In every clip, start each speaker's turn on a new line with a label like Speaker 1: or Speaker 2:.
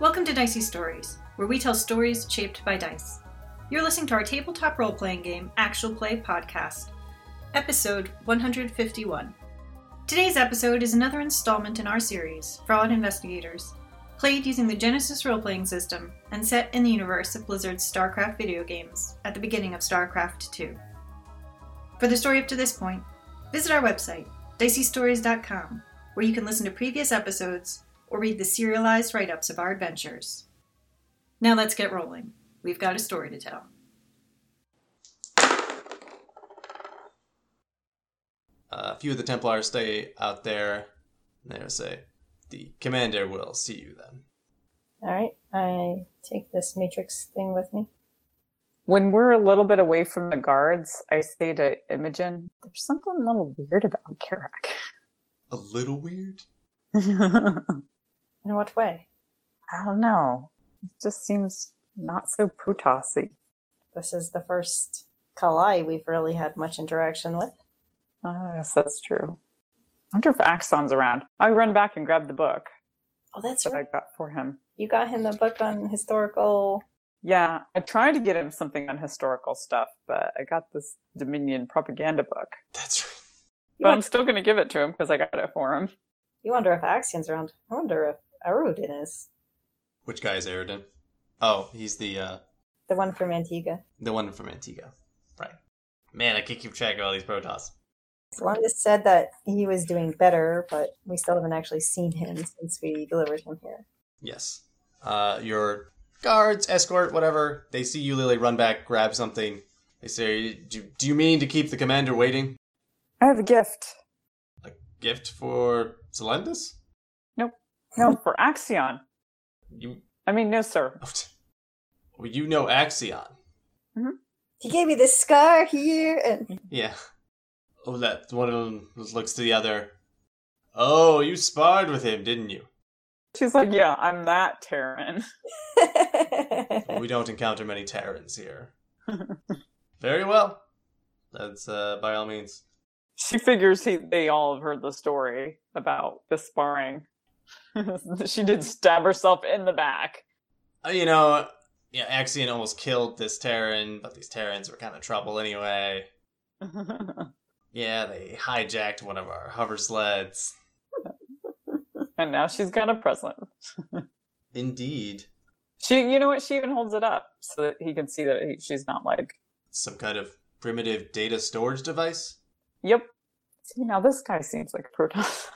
Speaker 1: Welcome to Dicey Stories, where we tell stories shaped by dice. You're listening to our tabletop role playing game, Actual Play Podcast, episode 151. Today's episode is another installment in our series, Fraud Investigators, played using the Genesis role playing system and set in the universe of Blizzard's StarCraft video games at the beginning of StarCraft II. For the story up to this point, visit our website, diceystories.com, where you can listen to previous episodes or read the serialized write ups of our adventures. Now let's get rolling. We've got a story to tell.
Speaker 2: Uh, a few of the Templars stay out there. And they say, the commander will see you then.
Speaker 3: All right, I take this matrix thing with me.
Speaker 4: When we're a little bit away from the guards, I say to Imogen, there's something a little weird about
Speaker 2: A little weird?
Speaker 4: Karak.
Speaker 3: In what way?
Speaker 4: I don't know. It just seems not so Protossy.
Speaker 3: This is the first Kalai we've really had much interaction with.
Speaker 4: I guess that's true. I wonder if Axon's around. I run back and grab the book
Speaker 3: Oh, that's
Speaker 4: that I
Speaker 3: right.
Speaker 4: got for him.
Speaker 3: You got him the book on historical.
Speaker 4: Yeah, I tried to get him something on historical stuff, but I got this Dominion propaganda book.
Speaker 2: That's right.
Speaker 3: You,
Speaker 4: But I'm
Speaker 3: wonder,
Speaker 4: still going to give it to him because I got it for him.
Speaker 3: you wonder if Axion's around. I wonder if Arudin is
Speaker 2: Which guy is Aridin? Oh, he's the uh,
Speaker 3: the one from Antigua.
Speaker 2: the one from Antigua. Right. Man, I can't keep track of all these Protoss.
Speaker 3: Salondas said that he was doing better, but we still haven't actually seen him since we delivered him here.
Speaker 2: Yes. Uh, your guards, escort, whatever, they see you, Lily, run back, grab something. They say, do, do you mean to keep the commander waiting?
Speaker 4: I have a gift.
Speaker 2: Gift for Solandus?
Speaker 4: No, for Axion.
Speaker 2: You,
Speaker 4: I mean, no, sir.
Speaker 2: well, you know Axion.
Speaker 3: He gave me this scar here, and
Speaker 2: Yeah. Oh, that one of them looks to the other. Oh, you sparred with him, didn't you?
Speaker 4: She's like, yeah, I'm that Terran.
Speaker 2: we don't encounter many Terrans here. Very well. That's uh, by all means.
Speaker 4: She figures he, they all have heard the story about the sparring. she did stab herself in the back.
Speaker 2: Uh, you know, yeah, Axion almost killed this Terran, but these Terrans were kind of trouble anyway.
Speaker 4: and
Speaker 2: Yeah, they hijacked one of our hover sleds.
Speaker 4: now she's got a present.
Speaker 2: Indeed,
Speaker 4: She, you know what? She even holds it up so that he can see that he, she's not like,
Speaker 2: some kind of primitive data storage device.
Speaker 4: yep. See, now this guy seems like a Protoss.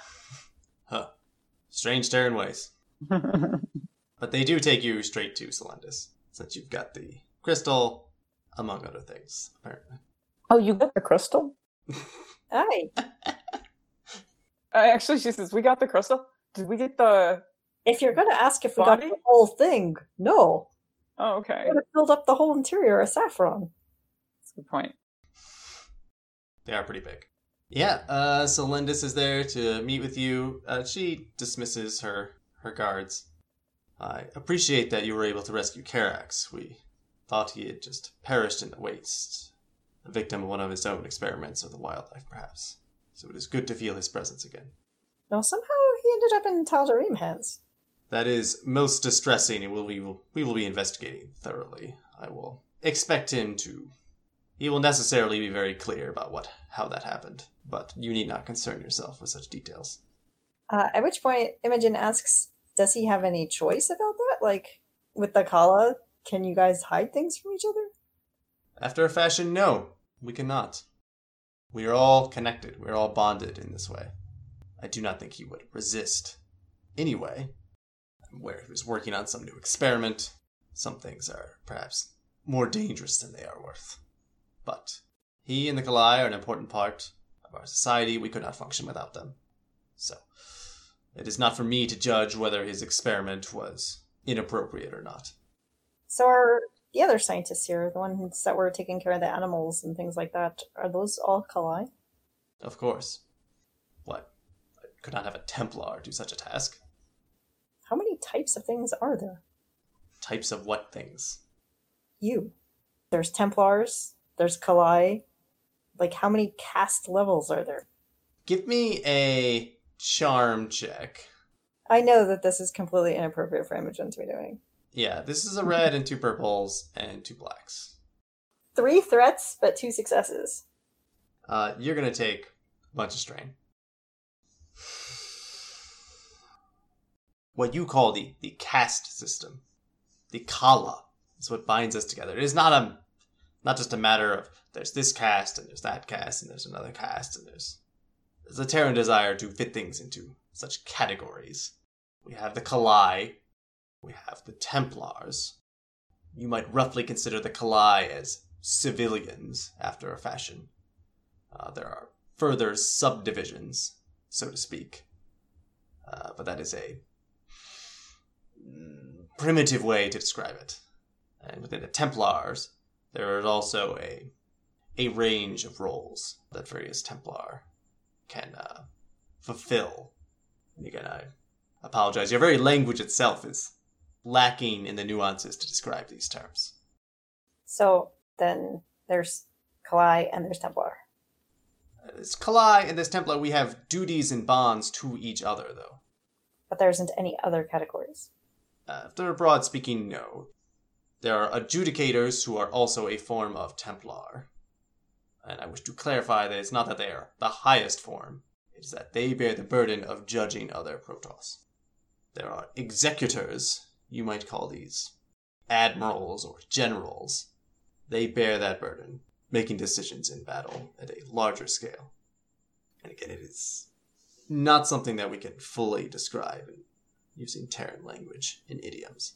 Speaker 2: Strange Terran ways. But they do take you straight to Solendis, since you've got the crystal, among other things, apparently.
Speaker 4: oh, you got the crystal?
Speaker 3: Hi.
Speaker 4: Uh, actually, she says, we got the crystal. Did we get the?
Speaker 3: If you're going to ask if we got
Speaker 4: Body?
Speaker 3: the whole thing, no.
Speaker 4: Oh, okay.
Speaker 3: would have filled up the whole interior of saffron.
Speaker 4: That's a good point.
Speaker 2: They are pretty big. Yeah, uh, so Lindis is there to meet with you. Uh, she dismisses her, her guards. I appreciate that you were able to rescue Karax. We thought he had just perished in the waste, a victim of one of his own experiments of the wildlife, perhaps. So it is good to feel his presence again.
Speaker 3: No, somehow he ended up in Tal'Darim hands.
Speaker 2: That is most distressing, and we'll, we, will, we will be investigating thoroughly. I will expect him to. He will necessarily be very clear about what how that happened, but you need not concern yourself with such details.
Speaker 3: Uh, at which point, Imogen asks, "Does he have any choice about that? Like with the Kala, can you guys hide things from each other?"
Speaker 2: After a fashion, no, we cannot. We are all connected. We are all bonded in this way. I do not think he would resist. Anyway, where he was working on some new experiment, some things are perhaps more dangerous than they are worth. But he and the Kalai are an important part of our society. We could not function without them. So, it is not for me to judge whether his experiment was inappropriate or not.
Speaker 3: So are the other scientists here, the ones that were taking care of the animals and things like that, are those all Kali?
Speaker 2: Of course. What? I could not have a Templar do such a task.
Speaker 3: How many types of things are there?
Speaker 2: Types of what things?
Speaker 3: You. There's Templars. There's Kali. Like how many caste levels are there?
Speaker 2: Give me a charm check.
Speaker 3: I know that this is completely inappropriate for Imogen to be doing.
Speaker 2: Yeah, this is a red and two purples and two blacks.
Speaker 3: Three threats, but two successes.
Speaker 2: Uh, you're gonna take a bunch of strain. What you call the the caste system, the kala, is what binds us together. It is not a not just a matter of there's this caste and there's that caste and there's another caste and there's there's a Terran desire to fit things into such categories. We have the Kalai, we have the Templars. You might roughly consider the Kalai as civilians after a fashion. Uh, there are further subdivisions, so to speak. Uh, but that is a mm, primitive way to describe it. And within the Templars, there is also a a range of roles that various Templar can uh, fulfill. And again, I apologize. Your very language itself is lacking in the nuances to describe these terms.
Speaker 3: So then there's Kalai and there's Templar.
Speaker 2: As Kalai and this Templar, we have duties and bonds to each other, though.
Speaker 3: But there isn't any other categories.
Speaker 2: Uh, if they're abroad speaking, no. There are adjudicators who are also a form of Templar. And I wish to clarify that it's not that they are the highest form, it is that they bear the burden of judging other Protoss. There are executors, you might call these admirals or generals. They bear that burden, making decisions in battle at a larger scale. And again, it is not something that we can fully describe using Terran language and idioms.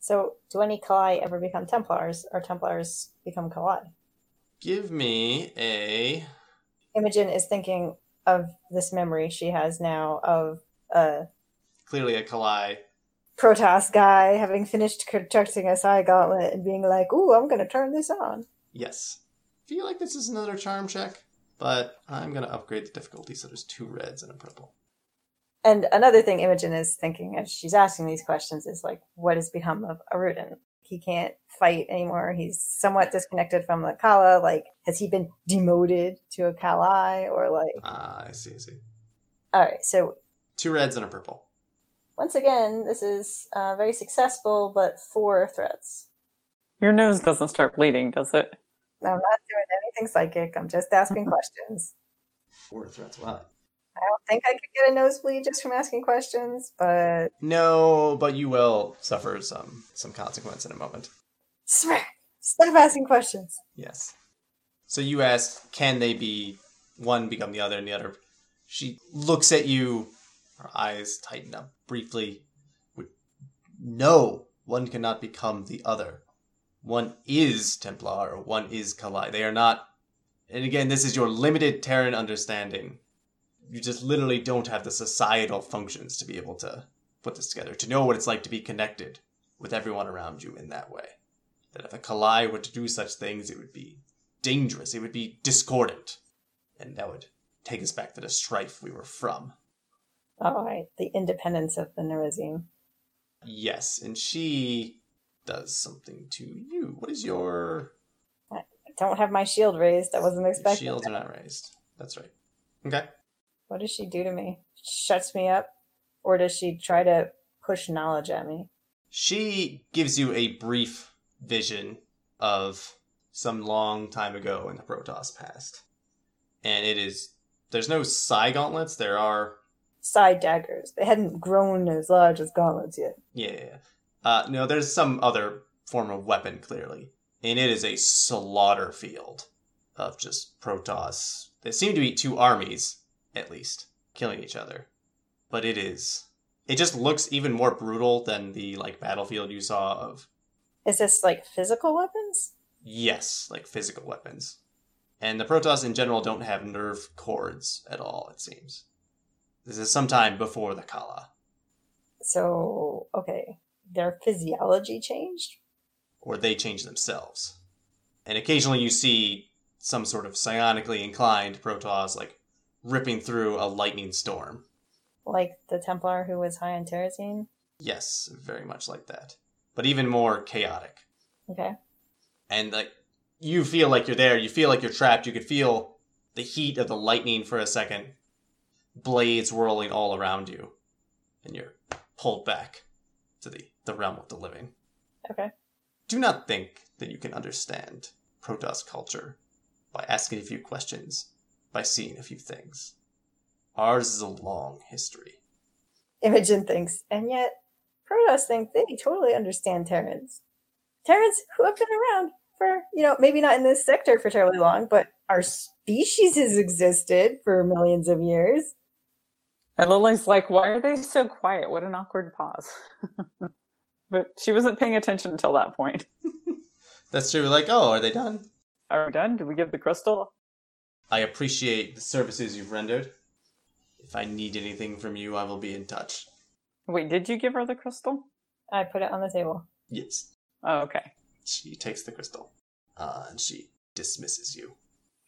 Speaker 3: So do any Kalai ever become Templars, or Templars become Kalai?
Speaker 2: Give me a
Speaker 3: Imogen is thinking of this memory she has now of a
Speaker 2: clearly a Kalai
Speaker 3: Protoss guy having finished constructing a Psi gauntlet and being like, "Ooh, I'm gonna turn this on."
Speaker 2: Yes. feel like this is another charm check, but I'm going to upgrade the difficulty so there's two reds and a purple.
Speaker 3: And another thing Imogen is thinking as she's asking these questions is like, what has become of Arudin? He can't fight anymore. He's somewhat disconnected from the Kala. Like, has he been demoted to a Kalai or like?
Speaker 2: Ah, I see, I see.
Speaker 3: All right, so
Speaker 2: Two reds and a purple.
Speaker 3: once again, this is uh, very successful, but four threats.
Speaker 4: Your nose doesn't start bleeding, does it?
Speaker 3: I'm not doing anything psychic. I'm just asking questions.
Speaker 2: Four threats, wow.
Speaker 3: I don't think I could get a nosebleed just from asking questions, but
Speaker 2: No, but you will suffer some some consequence in a moment.
Speaker 3: smack! Stop asking questions.
Speaker 2: Yes. So you ask, can they be one become the other and the other? She looks at you, her eyes tighten up briefly. Would- No, one cannot become the other. One is Templar, or one is Kalai. They are not. And again, this is your limited Terran understanding. You just literally don't have the societal functions to be able to put this together, to know what it's like to be connected with everyone around you in that way that if a Kalai were to do such things, it would be dangerous, it would be discordant, and that would take us back to the strife we were from.
Speaker 3: All right, the independence of the Narizim.
Speaker 2: Yes, and she does something to you. What is your
Speaker 3: I don't have my shield raised. I wasn't expecting.
Speaker 2: shields
Speaker 3: that.
Speaker 2: are not raised? That's right. Okay.
Speaker 3: What does she do to me? Shuts me up, or does she try to push knowledge at me?
Speaker 2: She gives you a brief vision of some long time ago in the Protoss past. And it is there's no psi gauntlets, there are
Speaker 3: Side daggers. They hadn't grown as large as gauntlets yet.
Speaker 2: Yeah, yeah, yeah. Uh, no, there's some other form of weapon, clearly. And it is a slaughter field of just Protoss. There seem to be two armies, at least, killing each other. But it is. It just looks even more brutal than the, like, battlefield you saw of,
Speaker 3: Is this like physical weapons?
Speaker 2: yes, like, physical weapons. And the Protoss in general don't have nerve cords at all, it seems. This is sometime before the Kala.
Speaker 3: So okay, their physiology changed.
Speaker 2: or they change themselves. And occasionally you see some sort of psionically inclined Protoss like ripping through a lightning storm.
Speaker 3: Like the Templar who was high on Terrazine.
Speaker 2: Yes, very much like that. But even more chaotic.
Speaker 3: Okay.
Speaker 2: And like you feel like you're there, you feel like you're trapped, you could feel the heat of the lightning for a second, blades whirling all around you. And you're pulled back to the, the realm of the living.
Speaker 4: Okay.
Speaker 2: Do not think that you can understand Protoss culture by asking a few questions, by seeing a few things. Ours is a long history.
Speaker 3: Imogen thinks, and yet Protoss think they totally understand Terrans. Terrans who have been around for, you know, maybe not in this sector for terribly long, but our species has existed for millions of years.
Speaker 4: And Lily's like, why are they so quiet? What an awkward pause. but she wasn't paying attention until that point.
Speaker 2: That's true. Like, oh, are they done?
Speaker 4: Are we done? Did we give the crystal?
Speaker 2: I appreciate the services you've rendered. If I need anything from you, I will be in touch.
Speaker 4: Wait, did you give her the crystal?
Speaker 3: I put it on the table.
Speaker 2: Yes.
Speaker 4: Oh, okay.
Speaker 2: She takes the crystal, uh, and she dismisses you.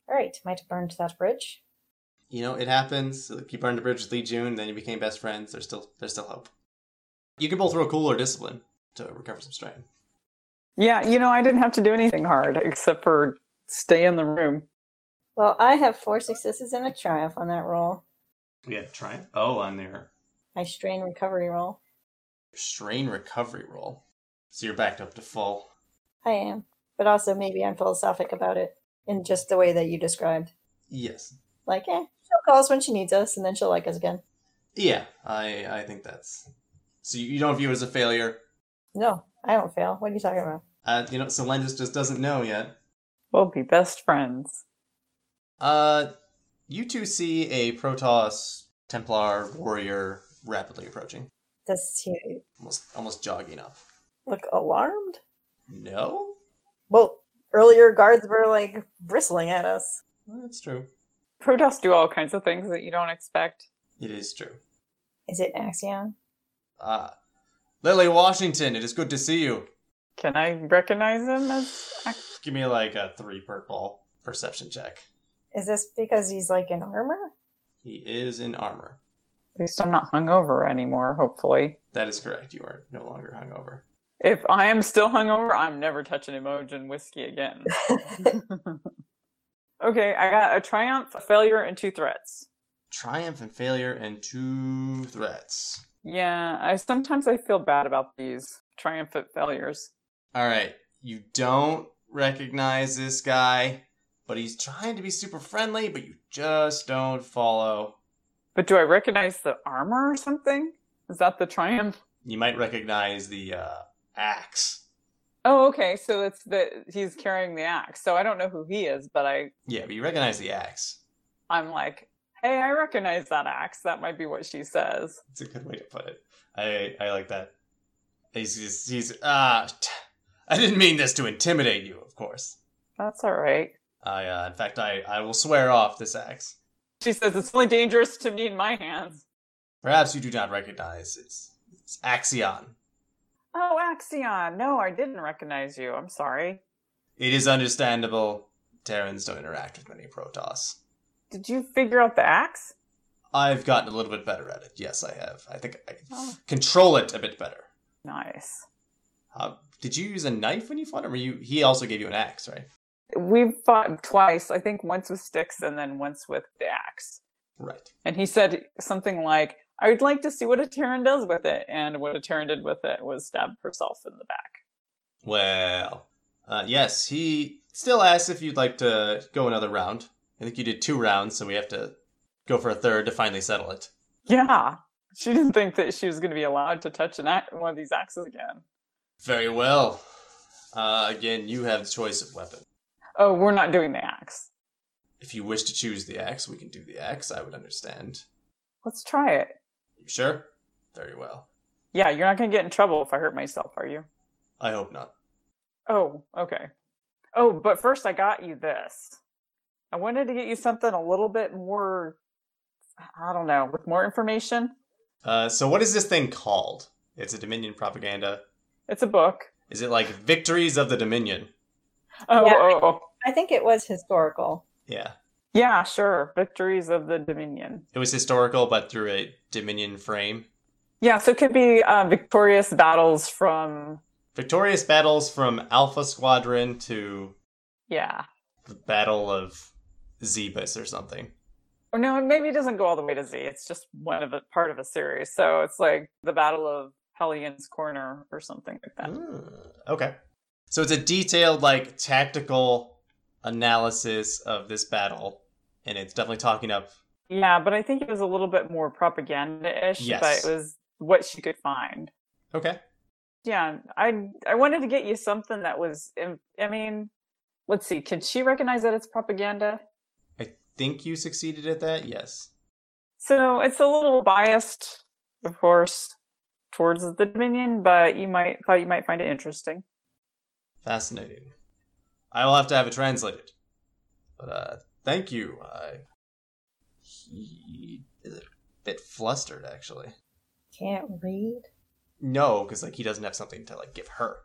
Speaker 3: All right, might have burned that bridge.
Speaker 2: you know, it happens. Like you burned a bridge with Lee June, then you became best friends. There's still there's still hope. You can both roll cool or discipline to recover some strain.
Speaker 4: Yeah, you know, I didn't have to do anything hard except for stay in the room.
Speaker 3: Well, I have four successes and a triumph on that roll.
Speaker 2: Yeah, try Oh, on your
Speaker 3: My strain recovery roll.
Speaker 2: strain recovery roll. So you're backed up to full.
Speaker 3: I am. But also maybe I'm philosophic about it in just the way that you described.
Speaker 2: Yes.
Speaker 3: Like, eh, she'll call us when she needs us and then she'll like us again.
Speaker 2: Yeah, I I think that's. So you, you don't view it as a failure.
Speaker 3: No, I don't fail. What are you talking about?
Speaker 2: Uh, you know, Solandis just doesn't know yet.
Speaker 4: We'll be best friends.
Speaker 2: Uh, you two see a Protoss Templar warrior rapidly approaching,
Speaker 3: Does he
Speaker 2: almost almost jogging up.
Speaker 3: look alarmed?
Speaker 2: No,
Speaker 3: Well, earlier guards were like bristling at us.
Speaker 2: that's true.
Speaker 4: Protoss do all kinds of things that you don't expect.
Speaker 2: It is true.
Speaker 3: Is it Axion?
Speaker 2: Ah, Lily Washington, it is good to see you.
Speaker 4: Can I recognize him as ac-
Speaker 2: Give me like a three purple perception check.
Speaker 3: Is this because he's like in armor?
Speaker 2: He is in armor.
Speaker 4: at least I'm not hungover anymore, hopefully.
Speaker 2: That is correct. You are no longer hungover.
Speaker 4: If I am still hungover, I'm never touching Emojin whiskey again. okay, I got a triumph, a failure, and two threats.
Speaker 2: Triumph and failure and two threats.
Speaker 4: Yeah, I sometimes I feel bad about these triumphant failures.
Speaker 2: All right, you don't recognize this guy, but he's trying to be super friendly, but you just don't follow.
Speaker 4: But do I recognize the armor or something? Is that the triumph?
Speaker 2: You might recognize the uh, axe.
Speaker 4: Oh, okay. So it's the he's carrying the axe. So I don't know who he is, but I
Speaker 2: Yeah, but you recognize the axe.
Speaker 4: I'm like, hey, I recognize that axe. That might be what she says.
Speaker 2: It's a good way to put it. I I like that. He's he's, he's ah. t- I didn't mean this to intimidate you, of course.
Speaker 4: That's all right.
Speaker 2: I uh, in fact I I will swear off this axe.
Speaker 4: She says it's only dangerous to me in my hands.
Speaker 2: Perhaps you do not recognize it's it's Axion.
Speaker 4: Oh, Axion. No, I didn't recognize you. I'm sorry.
Speaker 2: It is understandable. Terrans don't interact with many Protoss.
Speaker 4: Did you figure out the axe?
Speaker 2: I've gotten a little bit better at it. Yes, I have. I think I
Speaker 4: Oh.
Speaker 2: control it a bit better.
Speaker 4: Nice.
Speaker 2: Uh, did you use a knife when you fought him, or you? He also gave you an axe, right?
Speaker 4: We've fought twice. I think once with sticks and then once with the axe.
Speaker 2: Right.
Speaker 4: And he said something like, I would like to see what a Terran does with it. And what a Terran did with it was stab herself in the back.
Speaker 2: Well, uh, yes, he still asks if you'd like to go another round. I think you did two rounds, so we have to go for a third to finally settle it.
Speaker 4: Yeah. She didn't think that she was going to be allowed to touch an ax- one of these axes again.
Speaker 2: Very well. Uh, again, you have the choice of weapon.
Speaker 4: Oh, we're not doing the axe.
Speaker 2: If you wish to choose the axe, we can do the axe. I would understand.
Speaker 4: Let's try it.
Speaker 2: You sure? Very well.
Speaker 4: Yeah, you're not going to get in trouble if I hurt myself, are you?
Speaker 2: I hope not.
Speaker 4: Oh, okay. Oh, but first I got you this. I wanted to get you something a little bit more, I don't know, with more information.
Speaker 2: Uh, so, what is this thing called? It's a Dominion propaganda.
Speaker 4: It's a book.
Speaker 2: Is it like Victories of the Dominion?
Speaker 4: Oh,
Speaker 3: Yeah.
Speaker 4: oh, oh.
Speaker 3: I think it was historical.
Speaker 2: Yeah.
Speaker 4: Yeah, sure. Victories of the Dominion.
Speaker 2: It was historical, but through a Dominion frame.
Speaker 4: Yeah, so it could be uh, victorious battles from.
Speaker 2: Victorious battles from Alpha Squadron to
Speaker 4: Yeah.
Speaker 2: the Battle of Zebus or something.
Speaker 4: or no, maybe it doesn't go all the way to Z. It's just one of a part of a series. So it's like the Battle of Hellion's Corner or something like that.
Speaker 2: Mm, okay. So it's a detailed, like, tactical analysis of this battle, and it's definitely talking up.
Speaker 4: Yeah, but I think it was a little bit more propaganda ish,
Speaker 2: Yes.
Speaker 4: but it was what she could find.
Speaker 2: Okay.
Speaker 4: Yeah, I I wanted to get you something that was. in- I mean, let's see. Could she recognize that it's propaganda?
Speaker 2: I think you succeeded at that. Yes.
Speaker 4: So it's a little biased, of course, towards the Dominion, but you might thought you might find it interesting.
Speaker 2: Fascinating. I will have to have it translated. But uh, thank you. I he is a bit flustered actually.
Speaker 3: Can't read.
Speaker 2: No, because like he doesn't have something to like give her.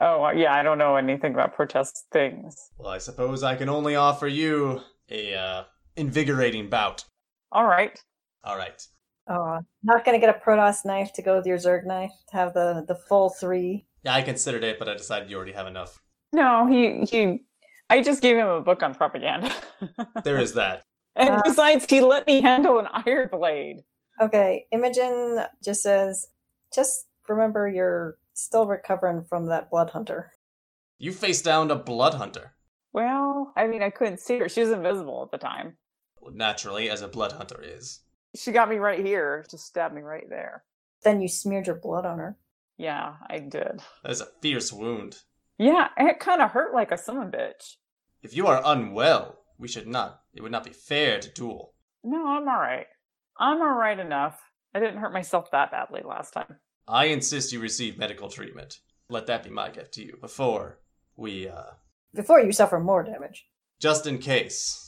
Speaker 4: Oh uh, yeah, I don't know anything about protest things.
Speaker 2: Well, I suppose I can only offer you a uh, invigorating bout.
Speaker 4: All right.
Speaker 2: All right.
Speaker 3: Oh, not gonna get a Protoss knife to go with your Zerg knife to have the the full three.
Speaker 2: Yeah, I considered it, but I decided you already have enough.
Speaker 4: No, he he. I just gave him a book on propaganda.
Speaker 2: There is that.
Speaker 4: and
Speaker 3: Uh.
Speaker 4: besides, he let me handle an iron blade.
Speaker 3: Okay, Imogen just says, just remember you're still recovering from that blood hunter.
Speaker 2: You face down a blood hunter.
Speaker 4: Well, I mean, I couldn't see her. She was invisible at the time.
Speaker 2: Naturally, as a blood hunter is.
Speaker 4: She got me right here. Just stabbed me right there.
Speaker 3: Then you smeared your blood on her.
Speaker 4: Yeah, I did.
Speaker 2: That is a fierce wound.
Speaker 4: Yeah, it kind of hurt like a son of a bitch.
Speaker 2: If you are unwell, we should not. It would not be fair to duel.
Speaker 4: No, I'm all right. I'm all right enough. I didn't hurt myself that badly last time.
Speaker 2: I insist you receive medical treatment. Let that be my gift to you before we, uh,
Speaker 3: Before you suffer more damage.
Speaker 2: just in case.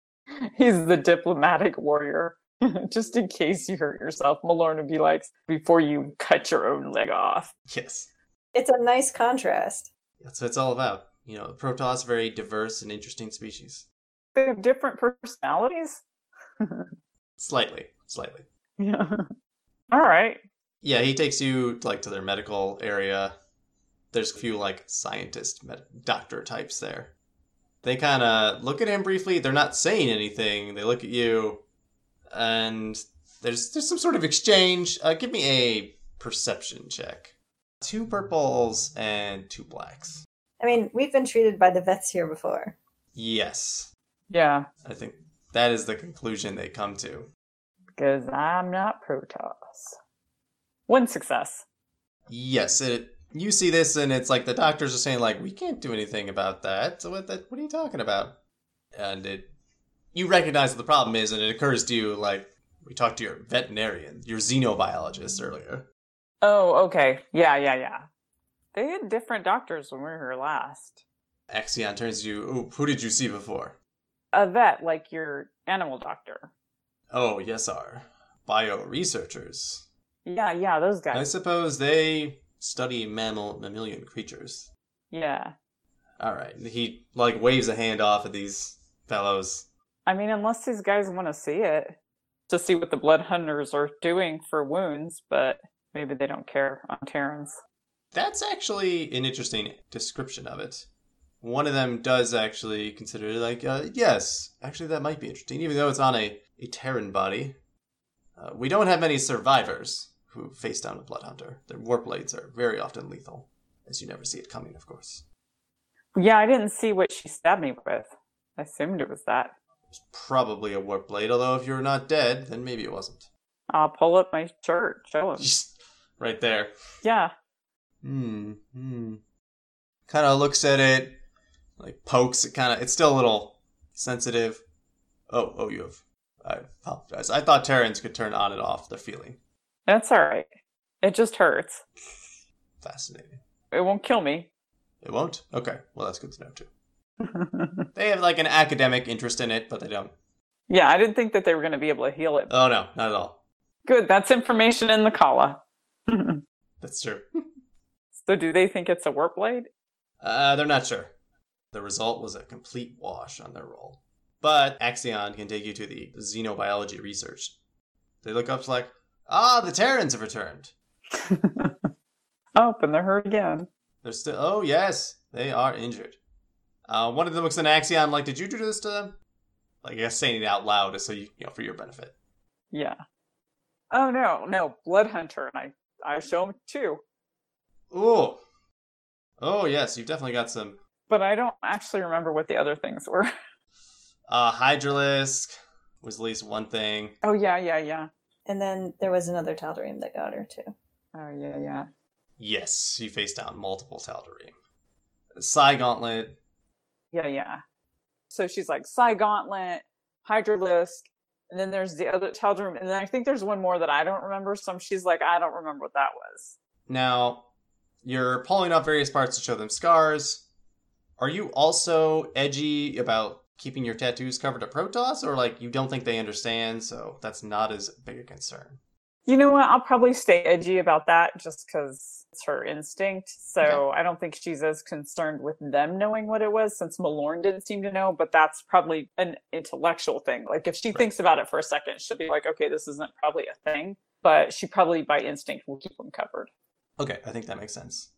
Speaker 4: He's the diplomatic warrior. Just in case you hurt yourself, Malorn would be like, before you cut your own leg off.
Speaker 2: Yes.
Speaker 3: It's a nice contrast.
Speaker 2: That's what it's all about. You know, Protoss, very diverse and interesting species.
Speaker 4: They have different personalities.
Speaker 2: Slightly. Slightly.
Speaker 4: Yeah. All right.
Speaker 2: Yeah, he takes you, like, to their medical area. There's a few, like, scientist, med- doctor types there. They kind of look at him briefly. They're not saying anything. They look at you, and there's there's some sort of exchange. Uh, give me a perception check. Two purples and two blacks.
Speaker 3: I mean, we've been treated by the vets here before.
Speaker 2: Yes,
Speaker 4: Yeah,
Speaker 2: I think that is the conclusion they come to.
Speaker 4: because I'm not Protoss. One success.
Speaker 2: Yes, it. You see this, and it's like the doctors are saying, like, we can't do anything about that. So what? That, what are you talking about? And it, you recognize what the problem is, and it occurs to you, like, we talked to your veterinarian, your xenobiologist earlier.
Speaker 4: Oh, okay. Yeah, yeah, yeah. They had different doctors when we were here last.
Speaker 2: Axion turns to you. Ooh, who did you see before?
Speaker 4: A vet, like your animal doctor.
Speaker 2: Oh, yes, our bio researchers.
Speaker 4: Yeah, yeah, those guys.
Speaker 2: I suppose they study mammal mammalian creatures.
Speaker 4: Yeah.
Speaker 2: All right. He like waves a hand off at these fellows.
Speaker 4: I mean, unless these guys want to see it, to see what the blood hunters are doing for wounds, but maybe they don't care on Terrans.
Speaker 2: That's actually an interesting description of it. One of them does actually consider it like, uh, yes, actually that might be interesting, even though it's on a, a Terran body. Uh, we don't have many survivors who face down a blood hunter. Their warp blades are very often lethal, as you never see it coming, of course.
Speaker 4: Yeah, I didn't see what she stabbed me with. I assumed it was that.
Speaker 2: It's probably a warp blade, although if you're not dead, then maybe it wasn't.
Speaker 4: I'll pull up my shirt, show him.
Speaker 2: Just right there.
Speaker 4: Yeah.
Speaker 2: Hmm. Hmm. Kind of looks at it, like pokes. It kind of. It's still a little sensitive. Oh, oh, you have. I apologize. I thought Terrans could turn on and off their feeling.
Speaker 4: That's all right. It just hurts.
Speaker 2: Fascinating.
Speaker 4: It won't kill me.
Speaker 2: It won't. Okay. Well, that's good to know too. They have like an academic interest in it, but they don't.
Speaker 4: yeah, I didn't think that they were going to be able to heal it.
Speaker 2: Oh no, not at all.
Speaker 4: Good, that's information in the collar. so,
Speaker 2: That's true.
Speaker 4: do they think it's a warp blade?
Speaker 2: Uh, they're not sure. The result was a complete wash on their roll. But Axion can take you to the xenobiology research. They look up it's like, ah, the Terrans have returned.
Speaker 4: Oh, and they're hurt again.
Speaker 2: They're still. Oh yes, they are injured. Uh, one of them looks at Axion like, "Did you do this to them?" Like I guess saying it out loud is so you, you know for your benefit.
Speaker 4: Yeah. Oh no, no, Blood Hunter, and I I show him too,
Speaker 2: Oh, oh yes, you've definitely got some
Speaker 4: but I don't actually remember what the other things were.
Speaker 2: uh, Hydralisk was at least one thing.
Speaker 4: Oh yeah, yeah, yeah.
Speaker 3: And then there was another Tal'Darim that got her too.
Speaker 4: Oh yeah, yeah.
Speaker 2: Yes, you faced down multiple Tal'Darim. Psy Gauntlet.
Speaker 4: Yeah, yeah. So she's like Psy Gauntlet, Hydralisk, and then there's the other Tal'Darim, and then I think there's one more that I don't remember. Some she's like, I don't remember what that was.
Speaker 2: Now, you're pulling off various parts to show them scars. Are you also edgy about keeping your tattoos covered up Protoss, or like you don't think they understand, so that's not as big a concern?
Speaker 4: You know what? I'll probably stay edgy about that just because it's her instinct. So
Speaker 2: Okay.
Speaker 4: I don't think she's as concerned with them knowing what it was since Malorn didn't seem to know, but that's probably an intellectual thing. Like if she
Speaker 2: Right.
Speaker 4: thinks about it for a second, she'll be like, okay, this isn't probably a thing, but she probably by instinct will keep them covered.
Speaker 2: Okay, I think that makes sense.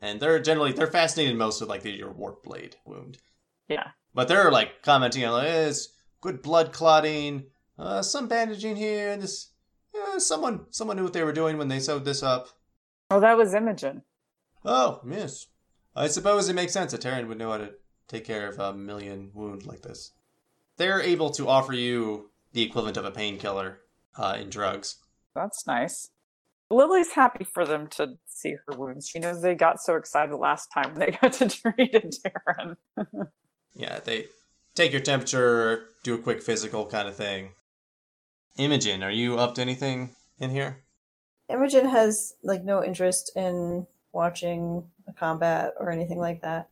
Speaker 2: And they're generally they're fascinated most with like the, your warp blade wound.
Speaker 4: Yeah.
Speaker 2: But they're like commenting on like, eh, it's good blood clotting, uh, some bandaging here, and this eh, someone someone knew what they were doing when they sewed this up.
Speaker 4: Oh, that was Imogen.
Speaker 2: Oh yes, I suppose it makes sense. A Terran would know how to take care of a million wound like this. They're able to offer you the equivalent of a painkiller uh, in drugs.
Speaker 4: That's nice. Lily's happy for them to see her wounds. She knows they got so excited last time when they got to treat a Darren.
Speaker 2: Yeah, they take your temperature, do a quick physical kind of thing. Imogen, are you up to anything in here?
Speaker 3: Imogen has like no interest in watching a combat or anything like that,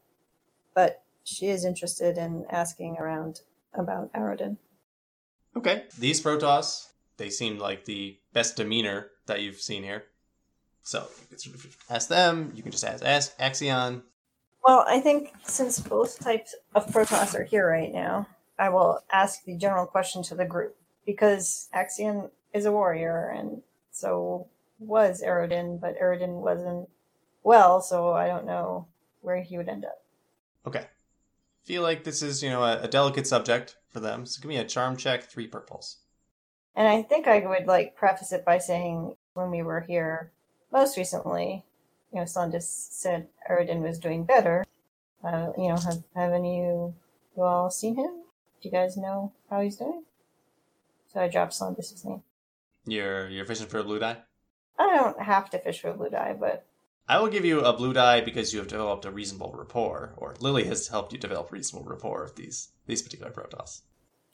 Speaker 3: but she is interested in asking around about Arodin.
Speaker 2: Okay. These Protoss, they seem like the best demeanor that you've seen here. So you can sort of ask them. You can just ask, ask Axion.
Speaker 3: Well, I think since both types of Protoss are here right now, I will ask the general question to the group because Axion is a warrior and so was Arodin, but Arodin wasn't well, so I don't know where he would end up.
Speaker 2: Okay. Feel like this is you know a, a delicate subject for them. So give me a charm check, three purples.
Speaker 3: And I think I would like preface it by saying when we were here most recently, you know, Saunders said Aridin was doing better. Uh, you know, have, have any of you, you all seen him? Do you guys know how he's doing? So I dropped Saunders' name.
Speaker 2: You're you're fishing for a blue dye.
Speaker 3: I don't have to fish for blue dye, but
Speaker 2: I will give you a blue dye because you have developed a reasonable rapport, or Lily has helped you develop reasonable rapport with these these particular Protoss.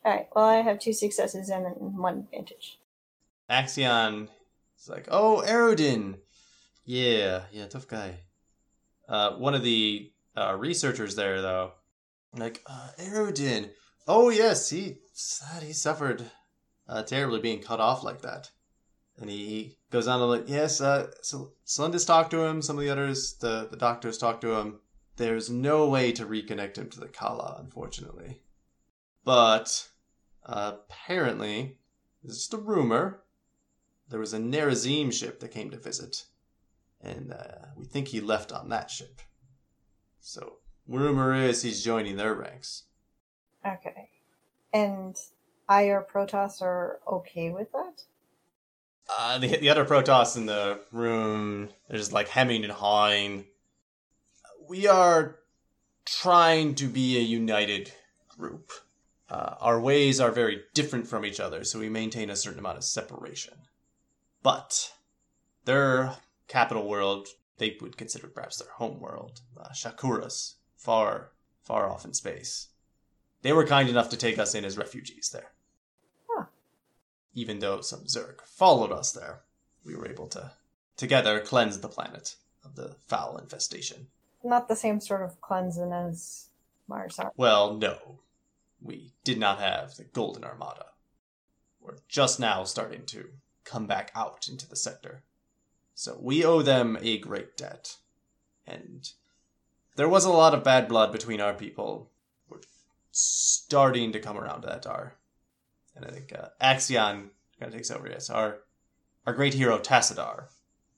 Speaker 3: all right. Well, I have two successes and then one advantage.
Speaker 2: Axion is like, oh, Aerodin. Yeah, yeah, tough guy. Uh, one of the uh, researchers there, though, like, uh, Aerodin. Oh, yes, he, sad he suffered uh, terribly being cut off like that. And he, he goes on to like, yes, uh, Sol- Solandis talked to him, some of the others, the, the doctors talked to him. There's no way to reconnect him to the Kala, unfortunately. But uh, apparently, this is just a rumor, there was a Nerazim ship that came to visit, and uh, we think he left on that ship. So, rumor is he's joining their ranks.
Speaker 3: Okay. And I or Protoss are okay with that.
Speaker 2: Uh, the, the other Protoss in the room, they're just like hemming and hawing. We are trying to be a united group. Uh, our ways are very different from each other, so we maintain a certain amount of separation. But their capital world, they would consider perhaps their home world, uh, Shakuras, far, far off in space. They were kind enough to take us in as refugees there even though some Zerg followed us there, we were able to together cleanse the planet of the foul infestation.
Speaker 3: Not the same sort of cleansing as Mars are.
Speaker 2: Well, no, we did not have the Golden Armada. We're just now starting to come back out into the sector. So we owe them a great debt. And there was a lot of bad blood between our people. We're starting to come around to that, Dar. And I think uh, Axion kind of takes over, yes. Our, our great hero, Tassadar,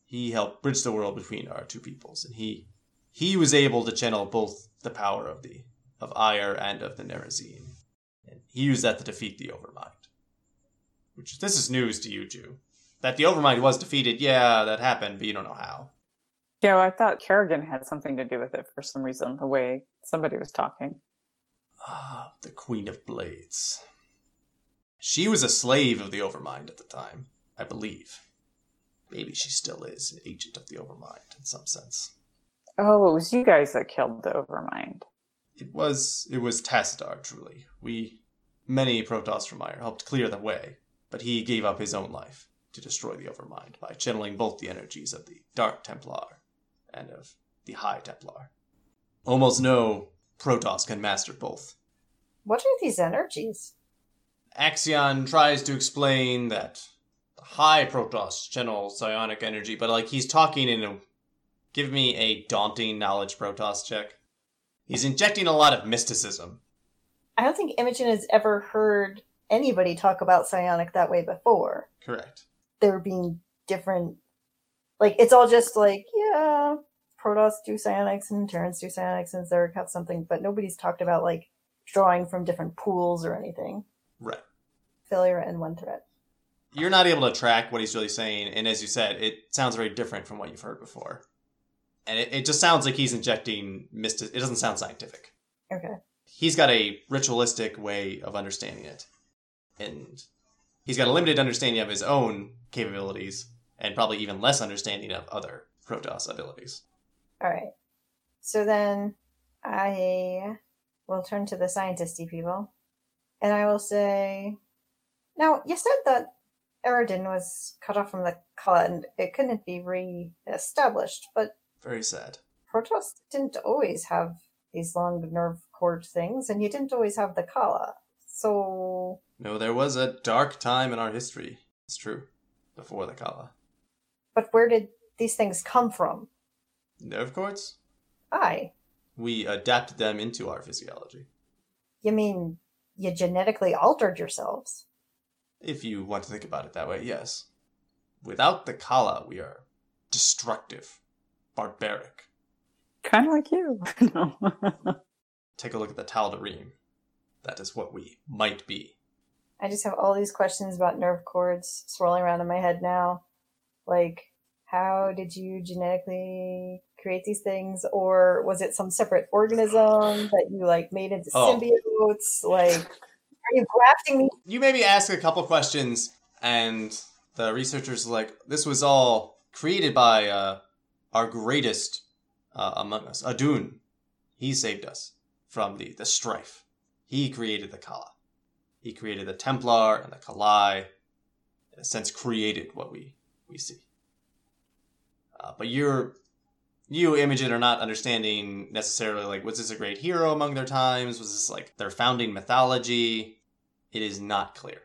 Speaker 2: he helped bridge the world between our two peoples. And he, he was able to channel both the power of the of Ire and of the Nerazine. And He used that to defeat the Overmind. Which this is news to you, Jew. That the Overmind was defeated, yeah, that happened, but you don't know how.
Speaker 4: Yeah, I thought Kerrigan had something to do with it for some reason, the way somebody was talking.
Speaker 2: Ah, the Queen of Blades. She was a slave of the Overmind at the time, I believe. Maybe she still is an agent of the Overmind in some sense.
Speaker 4: Oh, it was you guys that killed the Overmind.
Speaker 2: It was it was Tassadar, truly. We many Protoss from Mire helped clear the way, but he gave up his own life to destroy the Overmind by channeling both the energies of the Dark Templar and of the High Templar. Almost no Protoss can master both.
Speaker 3: What are these energies?
Speaker 2: Axion tries to explain that the high Protoss channels psionic energy, but like he's talking in a give me a daunting knowledge Protoss check. He's injecting a lot of mysticism.
Speaker 3: I don't think Imogen has ever heard anybody talk about psionic that way before.
Speaker 2: Correct.
Speaker 3: There being different, like it's all just like yeah, Protoss do psionics and Terrans do psionics and Zerg have something, but nobody's talked about like drawing from different pools or anything.
Speaker 2: Right.
Speaker 3: Failure and one threat.
Speaker 2: You're not able to track what he's really saying, and as you said, it sounds very different from what you've heard before. And it, it just sounds like he's injecting mystic. It doesn't sound scientific.
Speaker 3: Okay.
Speaker 2: He's got a ritualistic way of understanding it, and he's got a limited understanding of his own capabilities, and probably even less understanding of other Protoss abilities.
Speaker 3: All right. So then I will turn to the scientisty people and I will say, now you said that Eridan was cut off from the color and it couldn't be re-established, but
Speaker 2: Very sad.
Speaker 3: Protoss didn't always have these long nerve cord things and you didn't always have the Kala. So
Speaker 2: No, there was a dark time in our history. It's true. Before the Kala.
Speaker 3: but where did these things come from?
Speaker 2: Nerve cords?
Speaker 3: I.
Speaker 2: We adapted them into our physiology.
Speaker 3: You mean you genetically altered yourselves?
Speaker 2: If you want to think about it that way, yes. Without the Kala, we are destructive, barbaric.
Speaker 4: Kind of like you. no.
Speaker 2: Take a look at the Tal'Darim. That is what we might be.
Speaker 3: I just have all these questions about nerve cords swirling around in my head now. Like, how did you genetically create these things? Or was it some separate organism that you like made into
Speaker 2: Oh.
Speaker 3: symbiotes? Like, are you grafting these?
Speaker 2: You maybe ask a couple questions, and the researchers are like, this was all created by uh, our greatest uh, among us, Adun. He saved us from the, the strife. He created the Kala. He created the Templar and the Kalai. In a sense, created what we we see. Uh, but you're you Imogen are not understanding necessarily like was this a great hero among their times? Was this like their founding mythology? It is not clear.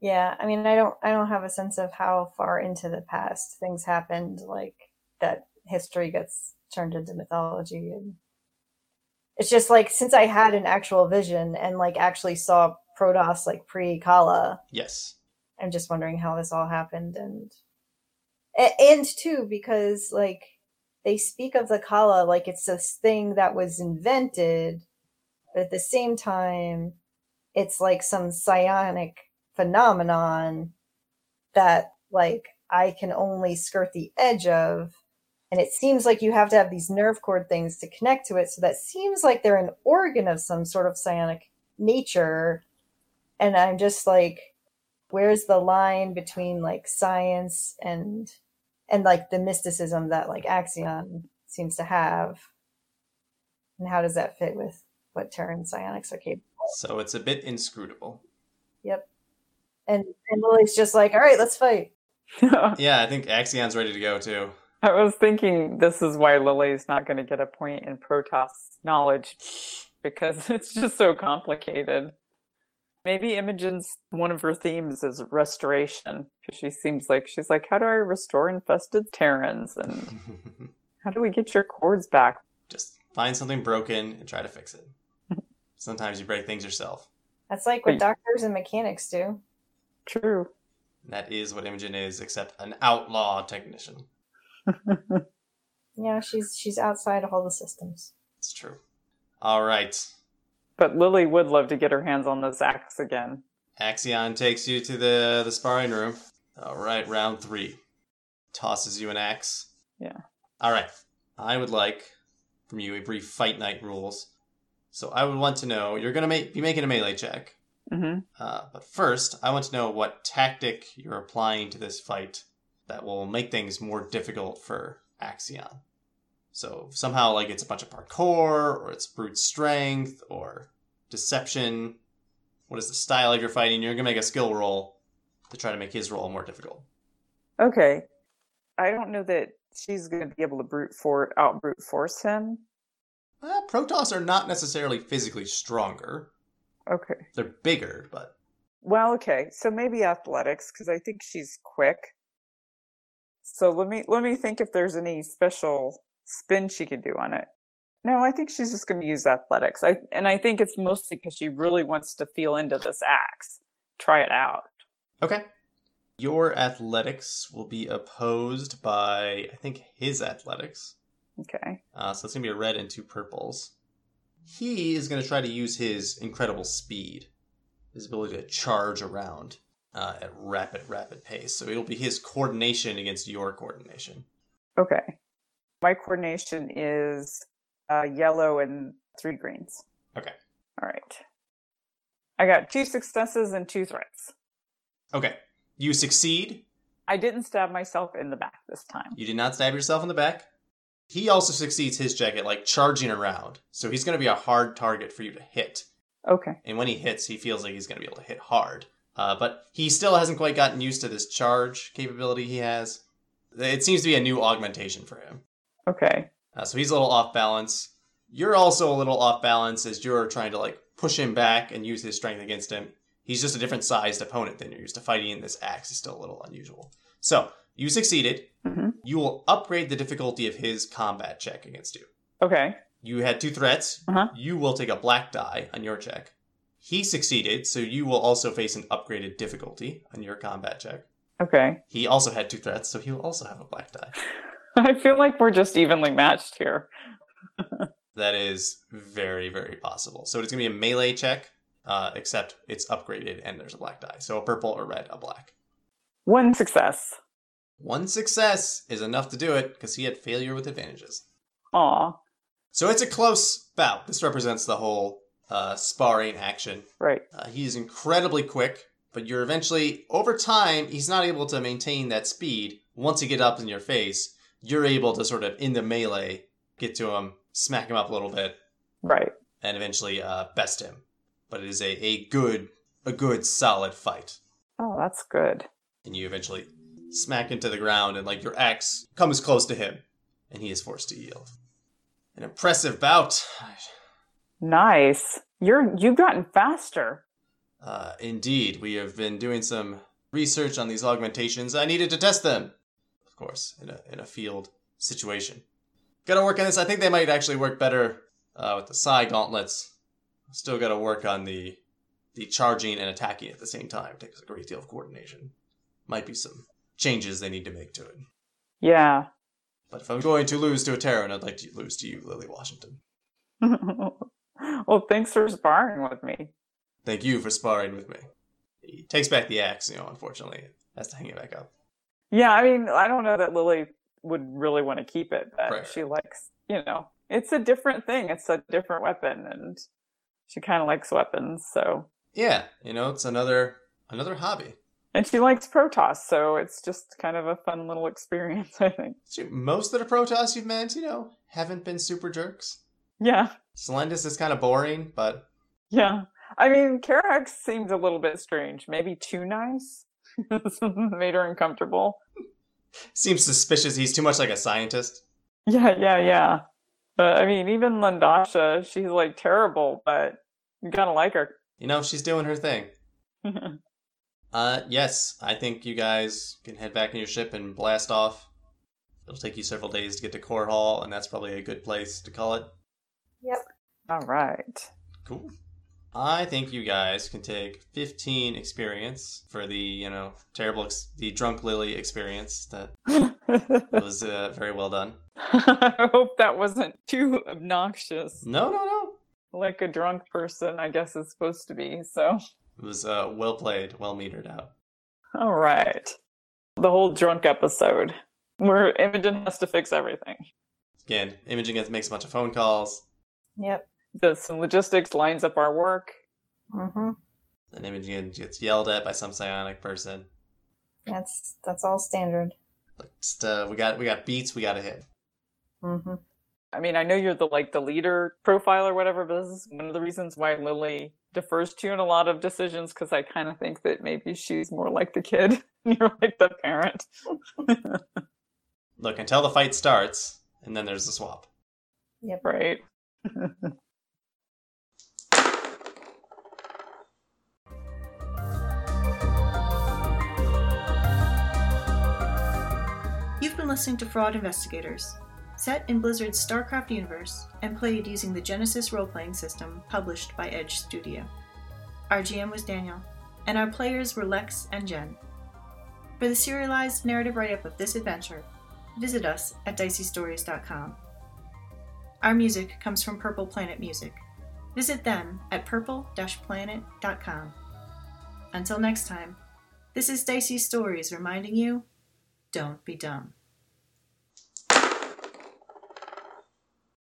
Speaker 3: Yeah, I mean, I don't, I don't have a sense of how far into the past things happened. Like that history gets turned into mythology, and it's just like since I had an actual vision and like actually saw Protoss like pre Kala,
Speaker 2: Yes.
Speaker 3: I'm just wondering how this all happened and a- and too because like they speak of the Kala like it's this thing that was invented, but at the same time, it's like some psionic phenomenon that like I can only skirt the edge of. And it seems like you have to have these nerve cord things to connect to it. So that seems like they're an organ of some sort of psionic nature. And I'm just like, where's the line between like science and and like the mysticism that like axion seems to have and how does that fit with what terran psionics are capable
Speaker 2: So it's a bit inscrutable.
Speaker 3: yep and and lily's just like all right let's fight
Speaker 2: Yeah, I think Axion's ready to go too.
Speaker 4: I was thinking this is why Lily's not going to get a point in Protoss knowledge because it's just so complicated. Maybe Imogen's one of her themes is restoration because she seems like she's like, how do I restore infested Terrans and how do we get your cords back?
Speaker 2: Just find something broken and try to fix it. Sometimes you break things yourself.
Speaker 3: that's like what
Speaker 4: Wait.
Speaker 3: doctors and mechanics do
Speaker 4: True.
Speaker 2: And that is what Imogen is, except an outlaw technician.
Speaker 3: yeah she's she's outside of all the systems
Speaker 2: It's true. All right.
Speaker 4: But Lily would love to get her hands on this axe again.
Speaker 2: Axion takes you to the the sparring room. All right, round three. Tosses you an axe.
Speaker 4: Yeah.
Speaker 2: All right. I would like from you a brief fight night rules. So I would want to know you're gonna make, be making a melee check,
Speaker 4: hmm
Speaker 2: uh, but first I want to know what tactic you're applying to this fight that will make things more difficult for Axion. So somehow like it's a bunch of parkour or it's brute strength or deception. What is the style of your fighting? You're gonna make a skill roll to try to make his roll more difficult.
Speaker 4: Okay. I don't know that she's going to be able to brute for out brute force him.
Speaker 2: Uh, Protoss are not necessarily physically stronger.
Speaker 4: Okay.
Speaker 2: They're bigger, but
Speaker 4: Well, okay. So maybe athletics because I think she's quick. So let me let me think if there's any special spin she could do on it. No, I think she's just going to use athletics. I and I think it's mostly because she really wants to feel into this axe, try it out.
Speaker 2: Okay. Your athletics will be opposed by, I think, his athletics.
Speaker 4: Okay.
Speaker 2: Uh, so it's going to be a red and two purples. He is going to try to use his incredible speed, his ability to charge around uh, at rapid, rapid pace. So it'll be his coordination against your coordination.
Speaker 4: Okay. My coordination is uh, yellow and three greens.
Speaker 2: Okay.
Speaker 4: All right. I got two successes and two threats.
Speaker 2: Okay. You succeed.
Speaker 4: I didn't stab myself in the back this time.
Speaker 2: You did not stab yourself in the back. He also succeeds his jacket, like charging around. So he's going to be a hard target for you to hit.
Speaker 4: Okay.
Speaker 2: and when he hits, he feels like he's going to be able to hit hard. Uh, but he still hasn't quite gotten used to this charge capability he has. It seems to be a new augmentation for him.
Speaker 4: Okay.
Speaker 2: Uh, so he's a little off balance. You're also a little off balance as you're trying to like push him back and use his strength against him. He's just a different sized opponent than you're used to fighting, and this axe is still a little unusual. So you succeeded.
Speaker 4: hmm
Speaker 2: You will upgrade the difficulty of his combat check against you.
Speaker 4: Okay.
Speaker 2: You had two threats.
Speaker 4: Uh-huh.
Speaker 2: You will take a black die on your check. He succeeded, so you will also face an upgraded difficulty on your combat check.
Speaker 4: Okay.
Speaker 2: He also had two threats, so he will also have a black die.
Speaker 4: I feel like we're just evenly matched here.
Speaker 2: That is very, very possible. So it's going to be a melee check, uh, except it's upgraded and there's a black die. So a purple, a red, a black.
Speaker 4: One success.
Speaker 2: One success is enough to do it because he had failure with advantages.
Speaker 4: Aw.
Speaker 2: So it's a close bout. This represents the whole uh, sparring action.
Speaker 4: Right.
Speaker 2: Uh, he is incredibly quick, but you're eventually, over time, he's not able to maintain that speed. Once he get up in your face, you're able to sort of, in the melee, get to him, smack him up a little bit,
Speaker 4: Right.
Speaker 2: and eventually uh, best him. But it is a, a good, a good solid fight.
Speaker 4: Oh, that's good.
Speaker 2: And you eventually smack into the ground, and like your axe comes close to him, and he is forced to yield. An impressive bout.
Speaker 4: Nice. You're you've gotten faster.
Speaker 2: Uh, indeed, we have been doing some research on these augmentations. I needed to test them, of course, in a in a field situation. Gotta work on this. I think they might actually work better uh, with the psi gauntlets. Still gotta work on the the charging and attacking at the same time. Takes a great deal of coordination. Might be some changes they need to make to it.
Speaker 4: Yeah.
Speaker 2: But if I'm going to lose to a Terran, I'd like to lose to you, Lily Washington.
Speaker 4: well, thanks for sparring with me.
Speaker 2: Thank you for sparring with me. He takes back the axe, you know, unfortunately. Has to hang it back up.
Speaker 4: Yeah, I mean, I don't know that Lily would really want to keep it, but
Speaker 2: Right.
Speaker 4: she likes, you know, it's a different thing. It's a different weapon, and she kind of likes weapons. So,
Speaker 2: Yeah, you know, it's another another hobby.
Speaker 4: and she likes Protoss, so it's just kind of a fun little experience, I think.
Speaker 2: Shoot, Most of the Protoss you've met, you know, haven't been super jerks.
Speaker 4: Yeah,
Speaker 2: Solendus is kind of boring, but
Speaker 4: yeah. I mean, Karax seemed a little bit strange, maybe too nice. Made her uncomfortable.
Speaker 2: seems suspicious. He's too much like a scientist.
Speaker 4: Yeah, yeah, yeah. But I mean, even Landasha, she's like terrible, but you gotta like her.
Speaker 2: You know, she's doing her thing. Uh, yes, I think you guys can head back in your ship and blast off. It'll take you several days to get to Core Hall, and that's probably a good place to call it.
Speaker 4: All right.
Speaker 2: Cool. I think you guys can take 15 experience for the, you know, terrible, ex- the drunk Lily experience that was uh, very well done.
Speaker 4: I hope that wasn't too obnoxious.
Speaker 2: No, no, no.
Speaker 4: like a drunk person, I guess is supposed to be. So,
Speaker 2: It was uh, well played, well metered out.
Speaker 4: all right. The whole drunk episode where Imogen has to fix everything.
Speaker 2: Again, Imogen gets makes a bunch of phone calls,
Speaker 3: Yep.
Speaker 4: Does some logistics, lines up our work.
Speaker 3: Mm-hmm.
Speaker 2: and Imogen gets yelled at by some psionic person.
Speaker 3: That's that's all standard.
Speaker 2: Like, just, uh, we got we got beats, we got to hit.
Speaker 3: Mm-hmm.
Speaker 4: I mean, I know you're the like the leader profile or whatever, but this is one of the reasons why Lily defers to you in a lot of decisions because I kind of think that maybe she's more like the kid and you're like the parent.
Speaker 2: Look until the fight starts, and then there's the swap.
Speaker 4: right.
Speaker 1: You've been listening to Fraud Investigators, set in Blizzard's StarCraft universe and played using the Genesis role playing system published by Edge Studio. Our GM was Daniel, and our players were Lex and Jen. For the serialized narrative write up of this adventure, visit us at diceystories.com. Our music comes from Purple Planet Music. Visit them at purple planet.com. Until next time, this is Dicey Stories reminding you don't be dumb.